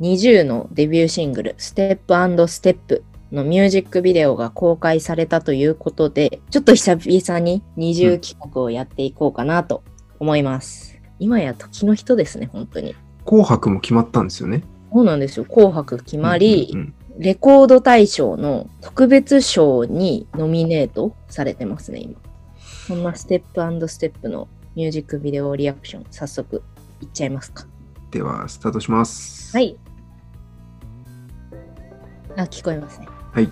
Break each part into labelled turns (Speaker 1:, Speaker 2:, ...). Speaker 1: NiziU のデビューシングル「Step&Step」のミュージックビデオが公開されたということでちょっと久々に二重帰国をやっていこうかなと思います、今や時の人ですね本当に
Speaker 2: 紅白も決まったんですよね。
Speaker 1: そうなんですよ紅白決まり、
Speaker 2: うんうん
Speaker 1: レコード大賞の特別賞にノミネートされてますね、今。そんなステップステップのミュージックビデオリアクション、早速いっちゃいますか。
Speaker 2: うんでは、スタートします。
Speaker 1: は。い。あ、聞こえますね。
Speaker 2: はい。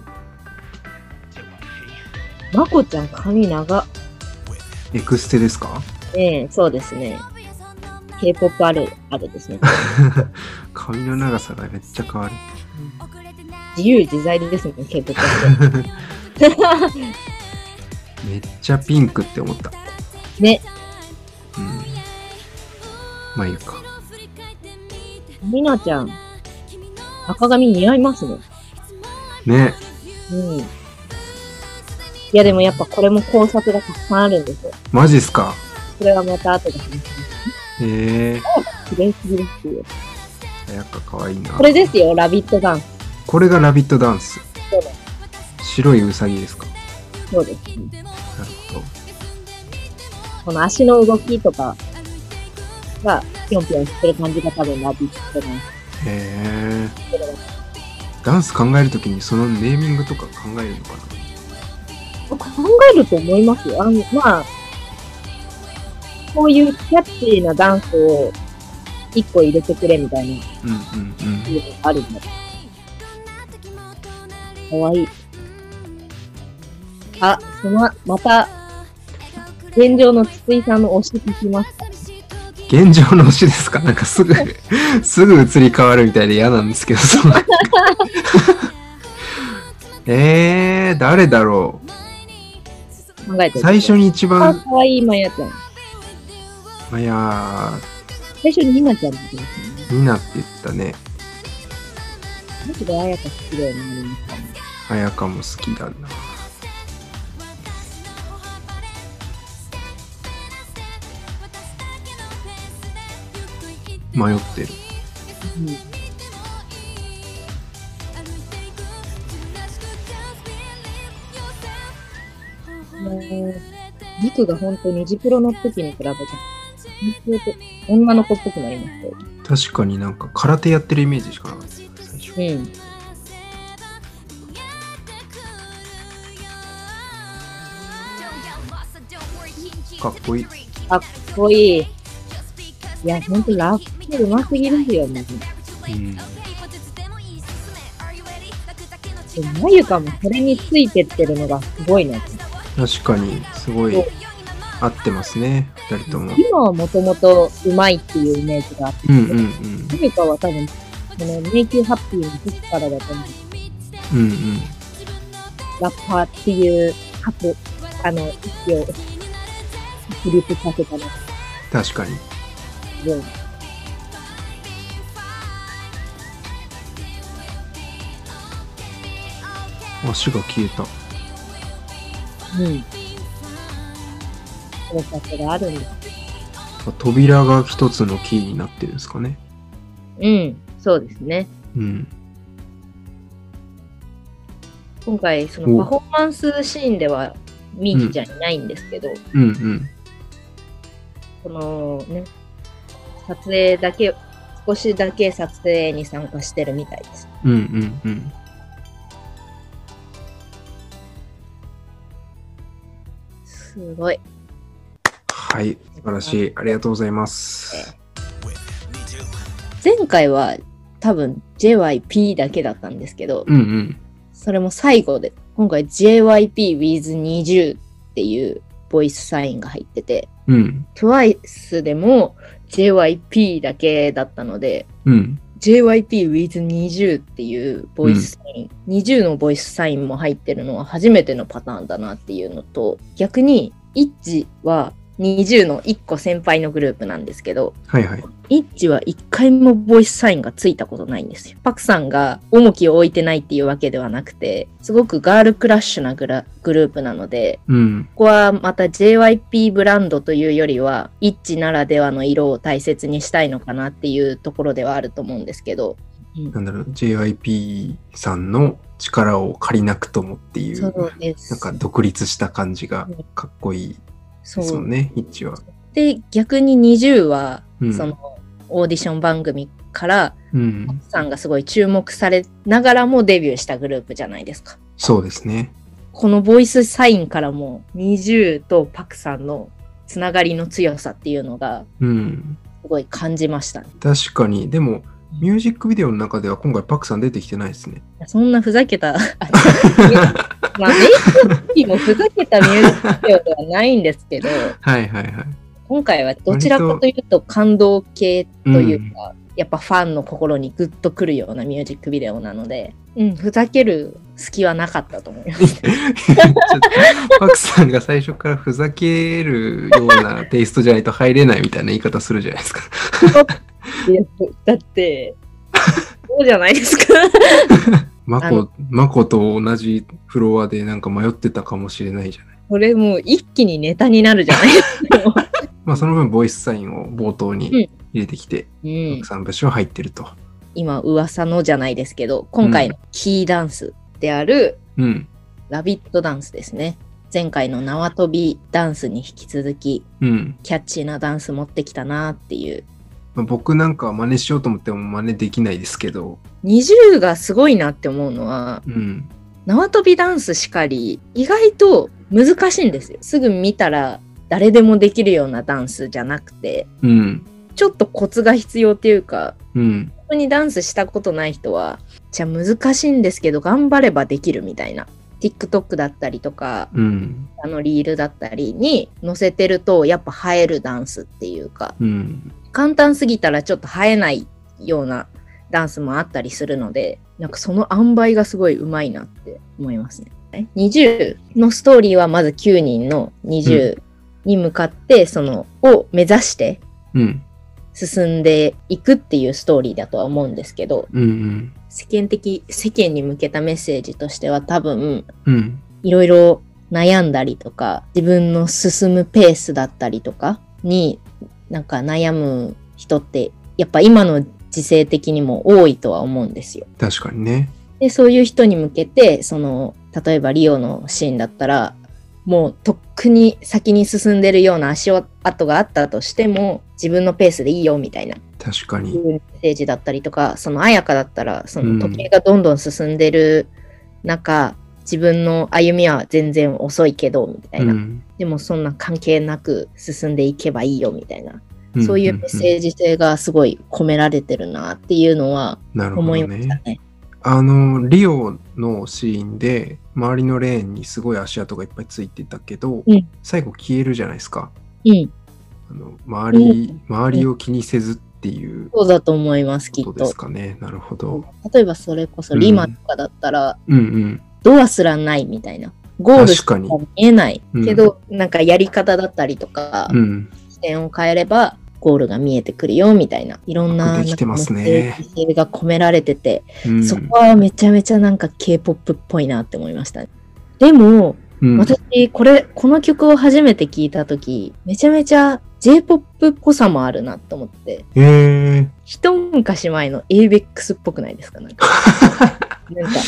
Speaker 1: まこちゃん髪長。
Speaker 2: エクステですか
Speaker 1: ええそうですね。K-POP ある、あるですね。
Speaker 2: 髪の長さがめっちゃ変わる。
Speaker 1: 自由自在ですね、K-POP ある。
Speaker 2: めっちゃピンクって思った。
Speaker 1: ね。
Speaker 2: うん。まあいいか。
Speaker 1: みなちゃん、赤髪似合いますね。
Speaker 2: ね。
Speaker 1: うん。いや、でもやっぱこれも考察がたくさんあるんですよ。
Speaker 2: マジっすか
Speaker 1: それはまた後で話します。
Speaker 2: ええ
Speaker 1: 綺麗すぎるっていう。
Speaker 2: ー。やっぱかわいいな。
Speaker 1: これですよ、ラビットダンス。
Speaker 2: これがラビットダンス。
Speaker 1: そうで
Speaker 2: 白いウサギですか
Speaker 1: す。そうです。
Speaker 2: なるほど。
Speaker 1: この足の動きとかが、ぴょんぴょんしてる感じが多分ラビットダンス。
Speaker 2: へえ。ダンス考えるときにそのネーミングとか考えるのかな
Speaker 1: 考えると思いますよ。あの、まあ、こういうキャッチーなダンスを一個入れてくれみたいな
Speaker 2: うんうんうん。
Speaker 1: いうのがあるんだ。かわいい。あ、その、また、現状の筒井さんの推し聞きます。
Speaker 2: 現状の推しですかなんか すぐ、すぐ移り変わるみたいで嫌なんですけど、そ のえー、誰だろ
Speaker 1: 考えて
Speaker 2: う
Speaker 1: る。
Speaker 2: 最初に一
Speaker 1: あ、
Speaker 2: 番、
Speaker 1: かわいいまやちゃん。
Speaker 2: まあいや
Speaker 1: 最初にひなちゃんって言ってまし
Speaker 2: ー、ニナって言っ
Speaker 1: た
Speaker 2: たね。
Speaker 1: ね。マジであやか好きだよね、みなちゃん
Speaker 2: あやかも好きだな。迷ってる。
Speaker 1: うんもう軸が本当にジプロの時に比べて、本当に女の子っぽくなりましたよ。
Speaker 2: 確かになんか空手やってるイメージしかなかった。最初。
Speaker 1: うん。
Speaker 2: かっこいい。
Speaker 1: かっこいい。いや、ほんとラップうますぎるよね。
Speaker 2: うん。
Speaker 1: でもまゆかもそれについてってるのがすごいな。
Speaker 2: 確かに、すごい
Speaker 1: そう
Speaker 2: 合ってますね。二人とも。
Speaker 1: 今はもともとうまいっていうイメージがあって、
Speaker 2: うんうんうん。
Speaker 1: まゆかは多分、この迷宮ハッピーの時からだと思う。
Speaker 2: うんうん。
Speaker 1: ラッパーっていう格、あの、意をフリップさせたの
Speaker 2: 確かに。
Speaker 1: で、うん
Speaker 2: 足が消えた。。
Speaker 1: 考察があるんです。
Speaker 2: 扉が一つのキーになってるんですかね。
Speaker 1: うん、そうですね。
Speaker 2: うん。
Speaker 1: 今回そ
Speaker 2: お
Speaker 1: のパフォーマンスシーンではミーヒちゃんいないんですけど、
Speaker 2: うんうん。
Speaker 1: このね撮影だけ少しだけ撮影に参加してるみたいです
Speaker 2: うんうんうん。
Speaker 1: すごい
Speaker 2: はい。素晴らしい。ありがとうございます。
Speaker 1: 前回は多分 JYP だけだったんですけど、
Speaker 2: うんうん。
Speaker 1: それも最後で今回 JYPWith20 っていうボイスサインが入ってて
Speaker 2: うん。
Speaker 1: TWICE でも JYP だけだったので
Speaker 2: うん。
Speaker 1: JYPWith20 っていうボイスサイン、20のボイスサインも入ってるのは初めてのパターンだなっていうのと逆にイッチは20の1個先輩のグループなんですけど
Speaker 2: はいはい。
Speaker 1: イッチは1回もボイスサインがついたことないんですよ。パクさんが重きを置いてないっていうわけではなくてすごくガールクラッシュなグラグループなので
Speaker 2: うん。
Speaker 1: ここはまた JYP ブランドというよりは、イッチならではの色を大切にしたいのかなっていうところではあると思うんですけど、うん
Speaker 2: なんだろう、JYP さんの力を借りなくともっていう、
Speaker 1: そうです。
Speaker 2: なんか独立した感じがかっこいい
Speaker 1: そ
Speaker 2: ですもん
Speaker 1: う
Speaker 2: ね、一は。
Speaker 1: で逆に20は、
Speaker 2: うん
Speaker 1: そのオーディション番組から
Speaker 2: うん
Speaker 1: ト、ッツさんがすごい注目されながらもデビューしたグループじゃないですか。
Speaker 2: そうですね。
Speaker 1: このボイスサインからも20とパクさんのつながりの強さっていうのが
Speaker 2: うん。
Speaker 1: すごい感じましたね。
Speaker 2: 確かに、でも、ミュージックビデオの中では今回パクさん出てきてないですね。
Speaker 1: そんなふざけた、 まあ、メイクよりもふざけたミュージックビデオではないんですけど、
Speaker 2: はいはいはい。
Speaker 1: 今回はどちらかというと感動系というか、やっぱファンの心にグッとくるようなミュージックビデオなので、うん、ふざける隙はなかったと思 います。
Speaker 2: ちょっと パクさんが最初からふざけるようなテイストじゃないと入れないみたいな言い方するじゃないですか。
Speaker 1: だって、そうじゃないですか。
Speaker 2: マ
Speaker 1: あ
Speaker 2: コ、マコと同じフロアでなんか迷ってたかもしれないじゃない。
Speaker 1: これもう一気にネタになるじゃない ですか。
Speaker 2: まあその分ボイスサインを冒頭に入れてきて、
Speaker 1: う
Speaker 2: パ
Speaker 1: ん
Speaker 2: ク、さん節は入ってると。
Speaker 1: 今噂のじゃないですけど、今回のキーダンスである、
Speaker 2: うん。
Speaker 1: ラビットダンスですね。前回の縄跳びダンスに引き続き、
Speaker 2: うん。
Speaker 1: キャッチーなダンス持ってきたなっていう。
Speaker 2: まあ僕なんかは真似しようと思っても真似できないですけど、
Speaker 1: 20がすごいなって思うのは、
Speaker 2: うん。
Speaker 1: 縄跳びダンスしかり、意外と難しいんですよ。すぐ見たら誰でもできるようなダンスじゃなくて、
Speaker 2: うん。
Speaker 1: ちょっとコツが必要っていうか、
Speaker 2: うん。
Speaker 1: 本当にダンスしたことない人は、じゃあ難しいんですけど、頑張ればできるみたいな。TikTok だったりとか、
Speaker 2: うん。
Speaker 1: あのリールだったりに載せてるとやっぱ映えるダンスっていうか
Speaker 2: うん。
Speaker 1: 簡単すぎたらちょっと映えないようなダンスもあったりするのでなんかその塩梅がすごい上手いなって思いますね。え20のストーリーはまず9人の20に向かってそのを目指して
Speaker 2: うん。
Speaker 1: 進んでいくっていうストーリーだとは思うんですけど
Speaker 2: うん。
Speaker 1: 世間的世間に向けたメッセージとしては多分
Speaker 2: うん。
Speaker 1: いろいろ悩んだりとか、自分の進むペースだったりとかに、なんか悩む人って、やっぱ今の時勢的にも多いとは思うんですよ。
Speaker 2: 確かにね。
Speaker 1: で、そういう人に向けて、その、例えばリオのシーンだったら、もうとっくに先に進んでるような足跡があったとしても、自分のペースでいいよみたいな
Speaker 2: 確か
Speaker 1: いう
Speaker 2: に。
Speaker 1: メッセージだったりとか、その綾香だったら、そ
Speaker 2: うん
Speaker 1: の時計がどんどん進んでる中、自分の歩みは全然遅いけど、みたいうな、
Speaker 2: ん。
Speaker 1: でもそんな関係なく進んでいけばいいよ、みたいな。
Speaker 2: ん
Speaker 1: そういうメッセージ性がすごい込められてるなっていうのは
Speaker 2: なるほ
Speaker 1: 思い
Speaker 2: ど
Speaker 1: ました
Speaker 2: ね。
Speaker 1: ね。
Speaker 2: あの、リオのシーンで、周りのレーンにすごい足跡がいっぱいついてたけど、
Speaker 1: うん
Speaker 2: 最後消えるじゃないですか。
Speaker 1: うん、
Speaker 2: あの周り、
Speaker 1: うん
Speaker 2: 周りを気にせずっていう
Speaker 1: そうだと思います、きっ
Speaker 2: ことです
Speaker 1: と。
Speaker 2: かね。なるほど。
Speaker 1: 例えばそれこそリマとかだったら、
Speaker 2: うんうん。
Speaker 1: ドアすらないみたいな。ゴールし
Speaker 2: 確
Speaker 1: か
Speaker 2: かに。
Speaker 1: 見えない
Speaker 2: うん
Speaker 1: けど、なんかやり方だったりとか、
Speaker 2: うん。
Speaker 1: 視点を変えればゴールが見えてくるよみたいないろんな
Speaker 2: よくできてますね
Speaker 1: なんかメッセージが込められてて、
Speaker 2: うん、
Speaker 1: そこはめちゃめちゃなんか K-POP っぽいなって思いました、でも、
Speaker 2: うん、
Speaker 1: 私これこの曲を初めて聴いた時めちゃめちゃ J-POP っぽさもあるなと思って
Speaker 2: えー、
Speaker 1: 一昔前の ABEX っぽくないですかなん かなんか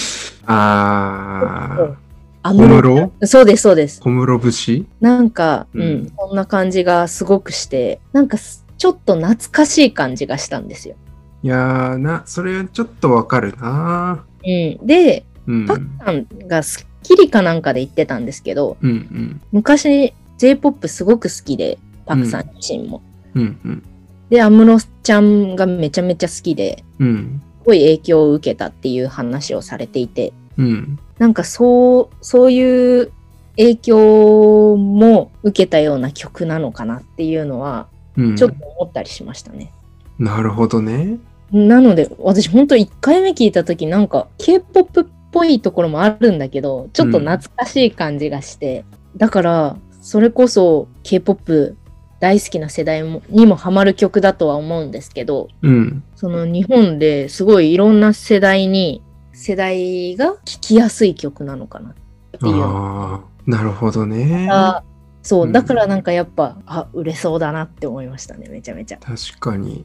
Speaker 2: あー、
Speaker 1: あ
Speaker 2: 小室
Speaker 1: そうですそうです
Speaker 2: 小室節
Speaker 1: なんか、うん
Speaker 2: うん
Speaker 1: そんな感じがすごくしてなんかすちょっと懐かしい感じがしたんですよ
Speaker 2: いやーな、それはちょっとわかるな。
Speaker 1: うん、で、
Speaker 2: うん。
Speaker 1: パクさんがスッキリかなんかで言ってたんですけど、
Speaker 2: うんうん。
Speaker 1: 昔 J-POP すごく好きで、パクさん自身も。
Speaker 2: うんうん。
Speaker 1: で、安室ちゃんがめちゃめちゃ好きで、
Speaker 2: うん。
Speaker 1: すごい影響を受けたっていう話をされていて、
Speaker 2: うん。
Speaker 1: なんかそう、そういう影響も受けたような曲なのかなっていうのは、
Speaker 2: うん。
Speaker 1: ちょっと思ったりしましたね。
Speaker 2: なるほどね。
Speaker 1: なので、私本当1回目聞いた時なんか K-POP っぽいところもあるんだけど、ちょっと懐かしい感じがして、だから、それこそ K-POP 大好きな世代もにもハマる曲だとは思うんですけど、
Speaker 2: うん。
Speaker 1: その日本ですごいいろんな世代に、世代が聴きやすい曲なのかなっていうの
Speaker 2: ああ、なるほどね。
Speaker 1: が、そうう、
Speaker 2: ん
Speaker 1: だからなんかやっぱ、あ、売れそうだなって思いましたね、めちゃめちゃ。
Speaker 2: 確かに。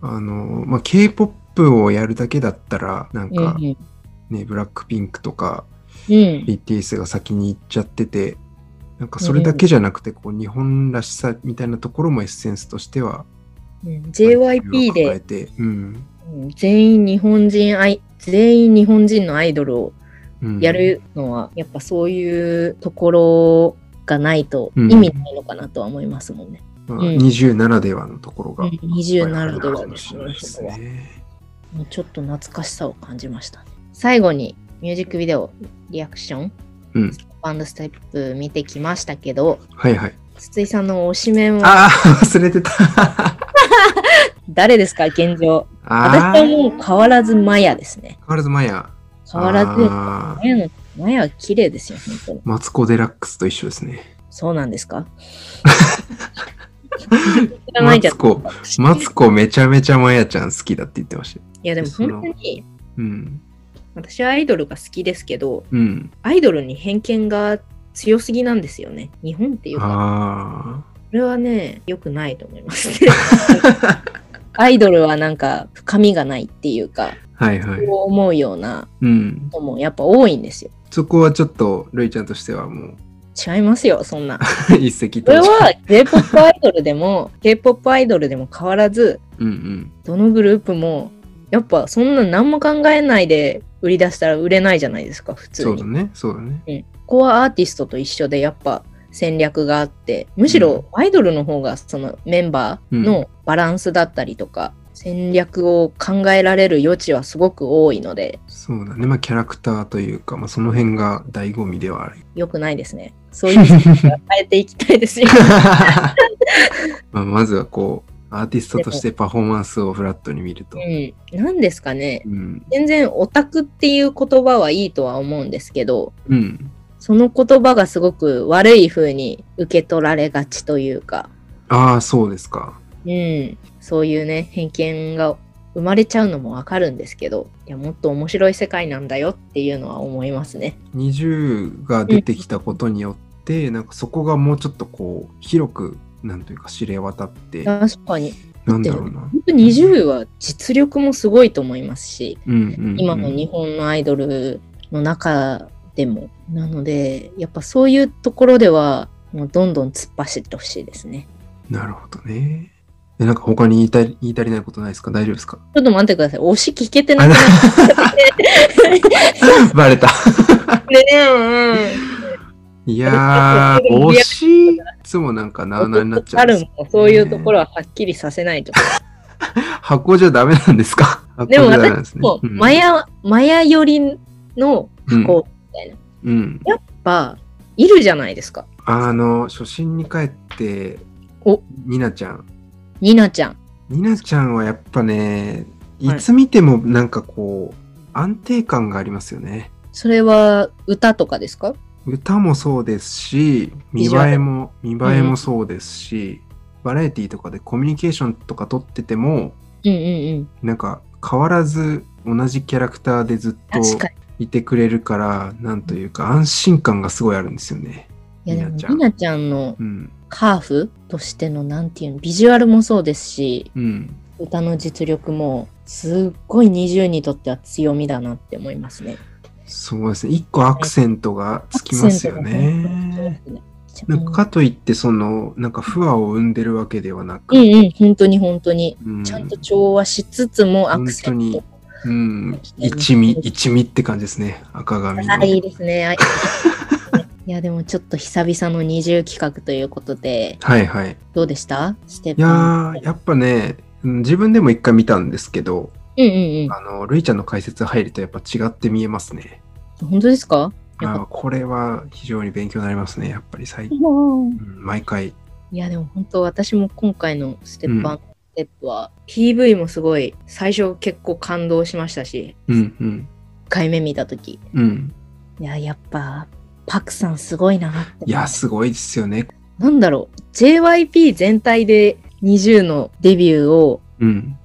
Speaker 2: あの、まあ、K-POP プをやるだけだったら、な
Speaker 1: う
Speaker 2: ん
Speaker 1: ん
Speaker 2: か
Speaker 1: うん
Speaker 2: ね、ブラックピンクとか
Speaker 1: うん、
Speaker 2: BTS が先に行っちゃってて、なんかそれだけじゃなくて、こう日本らしさみたいなところもエッセンスとしては、
Speaker 1: うん JYP
Speaker 2: 抱え
Speaker 1: で
Speaker 2: て、うん、
Speaker 1: うん全員日本人アイ全員日本人のアイドルを
Speaker 2: うん
Speaker 1: やるのは、やっぱそういうところがないと
Speaker 2: うん
Speaker 1: 意味ないのかなとは思いますもんね。
Speaker 2: まあ
Speaker 1: うん
Speaker 2: 20ならではのところが、
Speaker 1: うん20ならでは
Speaker 2: で
Speaker 1: ですね
Speaker 2: すね。
Speaker 1: もうちょっと懐かしさを感じましたね。最後にミュージックビデオリアクション、
Speaker 2: うん
Speaker 1: バンドステップ見てきましたけど、
Speaker 2: はいはい。
Speaker 1: 筒井さんの推しメンは
Speaker 2: ああ、忘れてた。
Speaker 1: 誰ですか現状。私
Speaker 2: ああ、
Speaker 1: は
Speaker 2: 変
Speaker 1: もう変わらずマヤですね。
Speaker 2: わらずマヤ。
Speaker 1: 変わらずマ
Speaker 2: あー
Speaker 1: ヤの、マヤは綺麗ですよ、本当に。
Speaker 2: マツコ・デラックスと一緒ですね。
Speaker 1: そうなんです か知らな
Speaker 2: マ
Speaker 1: いじゃ
Speaker 2: ツ
Speaker 1: ん。
Speaker 2: コ、マツコめちゃめちゃマヤちゃん好きだって言ってましたよ。
Speaker 1: いやでも本当に
Speaker 2: うん。
Speaker 1: 私はアイドルが好きですけど、
Speaker 2: うん。
Speaker 1: アイドルに偏見が強すぎなんですよね。日本っていうか、
Speaker 2: あ
Speaker 1: これはね、良くないと思います ね。アイドルはなんか深みがないっていうか、
Speaker 2: あ、はいはい。
Speaker 1: こう思うような
Speaker 2: うん。
Speaker 1: 人もやっぱ多いんですよ。
Speaker 2: そこはちょっと、ルイちゃんとしてはも
Speaker 1: 違いますよ、そんな。
Speaker 2: う、 一石
Speaker 1: これ
Speaker 2: 投じ。
Speaker 1: は J-POP アイドルでも、K-POP アイドルでも変わらず、
Speaker 2: うんうん。
Speaker 1: どのグループも、やっぱそんな何も考えないで売り出したら売れないじゃないですか、普通
Speaker 2: そう
Speaker 1: に
Speaker 2: だ。ね。そうだね。
Speaker 1: うん、ここはアーティストと一緒でやっぱ戦略があってむしろアイドルの方がそのメンバーのバランスだったりとか、戦略を考えられる余地はすごく多いので
Speaker 2: そうだね。まあ、キャラクターというか、まあ、その辺が醍醐味ではある。
Speaker 1: 良くないですねそういう戦略は変えていきたい ですよ
Speaker 2: まあまずはこう、アーティストとしてパフォーマンスをフラットに見ると。
Speaker 1: うん、なんですかね
Speaker 2: うん。
Speaker 1: 全然オタクっていう言葉はいいとは思うんですけど
Speaker 2: うん。
Speaker 1: その言葉がすごく悪い風に受け取られがちというか、
Speaker 2: ああ、そうですか。
Speaker 1: うん、そういうね偏見が生まれちゃうのもわかるんですけどいやもっと面白い世界なんだよっていうのは思いますね。
Speaker 2: 20が出てきたことによって、なんかそこがもうちょっとこう広くなんというか知れ渡って、
Speaker 1: 確かに
Speaker 2: なんだろうな。
Speaker 1: 本当20は実力もすごいと思いますし
Speaker 2: うんうんうん
Speaker 1: 今の日本のアイドルの中でもなのでやっぱそういうところではもうどんどん突っ走ってほしいですね。
Speaker 2: なるほどね。えなんか他に言いたい言い足りないことないですか大丈夫ですか
Speaker 1: ちょっと待ってください推し聞けてな
Speaker 2: あ
Speaker 1: く
Speaker 2: な
Speaker 1: なっ
Speaker 2: バレた。
Speaker 1: て ね。
Speaker 2: いやー、
Speaker 1: リアク
Speaker 2: 惜
Speaker 1: シ
Speaker 2: しい。いつもなんかなあなあになっちゃ
Speaker 1: あ
Speaker 2: うんで
Speaker 1: る
Speaker 2: す。
Speaker 1: もんそういうところははっきりさせないと。
Speaker 2: 箱じゃダメなんですか箱 じ
Speaker 1: で
Speaker 2: ゃ
Speaker 1: も
Speaker 2: ダメなんです
Speaker 1: 私
Speaker 2: ね
Speaker 1: も
Speaker 2: うん
Speaker 1: マヤ、マヤ寄りの箱みたいな。や
Speaker 2: うん。
Speaker 1: っぱ、いるじゃないですか。
Speaker 2: あの、初心に帰って、
Speaker 1: お
Speaker 2: ニナちゃん。
Speaker 1: ニナちゃん。
Speaker 2: ニナちゃんはやっぱね、い
Speaker 1: はい
Speaker 2: つ見てもなんかこう、安定感がありますよね。
Speaker 1: それは歌とかですか
Speaker 2: 歌もそうですし、見
Speaker 1: ビジュアル
Speaker 2: 栄えも、見栄えもそうですし、バラエティとかでコミュニケーションとか取ってても、
Speaker 1: うんうんうん。
Speaker 2: なんか変わらず同じキャラクターでずっと
Speaker 1: 確か
Speaker 2: いてくれるから、なんというか安心感がすごいあるんですよね。
Speaker 1: に。いやでも、
Speaker 2: ニナちゃん
Speaker 1: ニナちゃんの
Speaker 2: うん。
Speaker 1: カーフとしての、なんていうの、ビジュアルもそうですし、
Speaker 2: うん。
Speaker 1: 歌の実力も、すっごい20にとっては強みだなって思いますね。
Speaker 2: そうですね。一個アクセントがつきますよね。。なんかかといって、その、なんか不和を生んでるわけではなく、
Speaker 1: うんうん、本当に本当に。
Speaker 2: うん
Speaker 1: ちゃんと調和しつつもアクセント
Speaker 2: 本。うん、一味、一味って感じですね。赤髪の。
Speaker 1: あ、いいですね。 あいいや、でもちょっと久々の20企画ということで、
Speaker 2: はいはい。
Speaker 1: どうでしたステッ
Speaker 2: い
Speaker 1: プ
Speaker 2: やー、やっぱね、うん自分でも一回見たんですけど、
Speaker 1: うんうん
Speaker 2: あの、ルイちゃんの解説入るとやっぱ違って見えますね。
Speaker 1: うん。本当ですかよか
Speaker 2: あーこれは非常に勉強になりますね。やっぱり最、うん毎回。
Speaker 1: いや、でも本当私も今回のステップアンドステップは、PV もすごい、最初結構感動しましたし、
Speaker 2: うんうん。
Speaker 1: 1回目見たとき。
Speaker 2: うん。
Speaker 1: いや、やっぱ、パクさんすごいなって。
Speaker 2: いや、すごいですよね。
Speaker 1: なんだろう。JYP 全体で20のデビューを
Speaker 2: うん。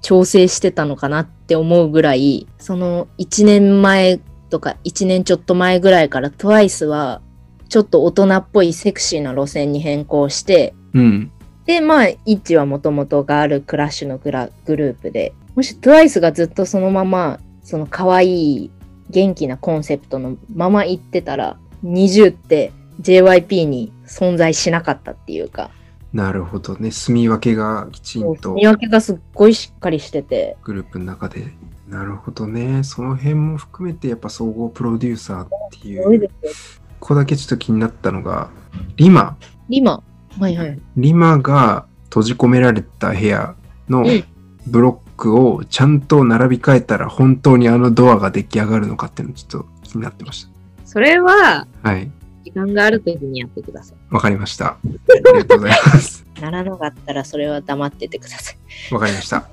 Speaker 1: 調整してたのかなって思うぐらいその1年前とか1年ちょっと前ぐらいから TWICE はちょっと大人っぽいセクシーな路線に変更して
Speaker 2: うん。
Speaker 1: でまあイッチはもともとガールクラッシュのグラグループでもし TWICE がずっとそのまま、その可愛い、元気なコンセプトのまま言ってたら、20って JYP に存在しなかったっていうか、
Speaker 2: なるほどね。住み分けがきちん
Speaker 1: そう
Speaker 2: と
Speaker 1: 見分けがすっごいしっかりしてて、
Speaker 2: グループの中で。なるほどね。その辺も含めてやっぱ総合プロデューサーってい
Speaker 1: すごいうで、すよ。
Speaker 2: ここだけちょっと気になったのが、リマ。
Speaker 1: リマ、はいはい。
Speaker 2: リマが閉じ込められた部屋の
Speaker 1: うん
Speaker 2: ブロックをちゃんと並び替えたら本当にあのドアが出来上がるのかっていうのちょっと気になってまし
Speaker 3: それは、
Speaker 2: た。はい。
Speaker 3: 時間がある時にやってください。
Speaker 2: わかりました。ありがとうございます。
Speaker 1: ならなかったらそれは黙っててください。
Speaker 2: わかりました。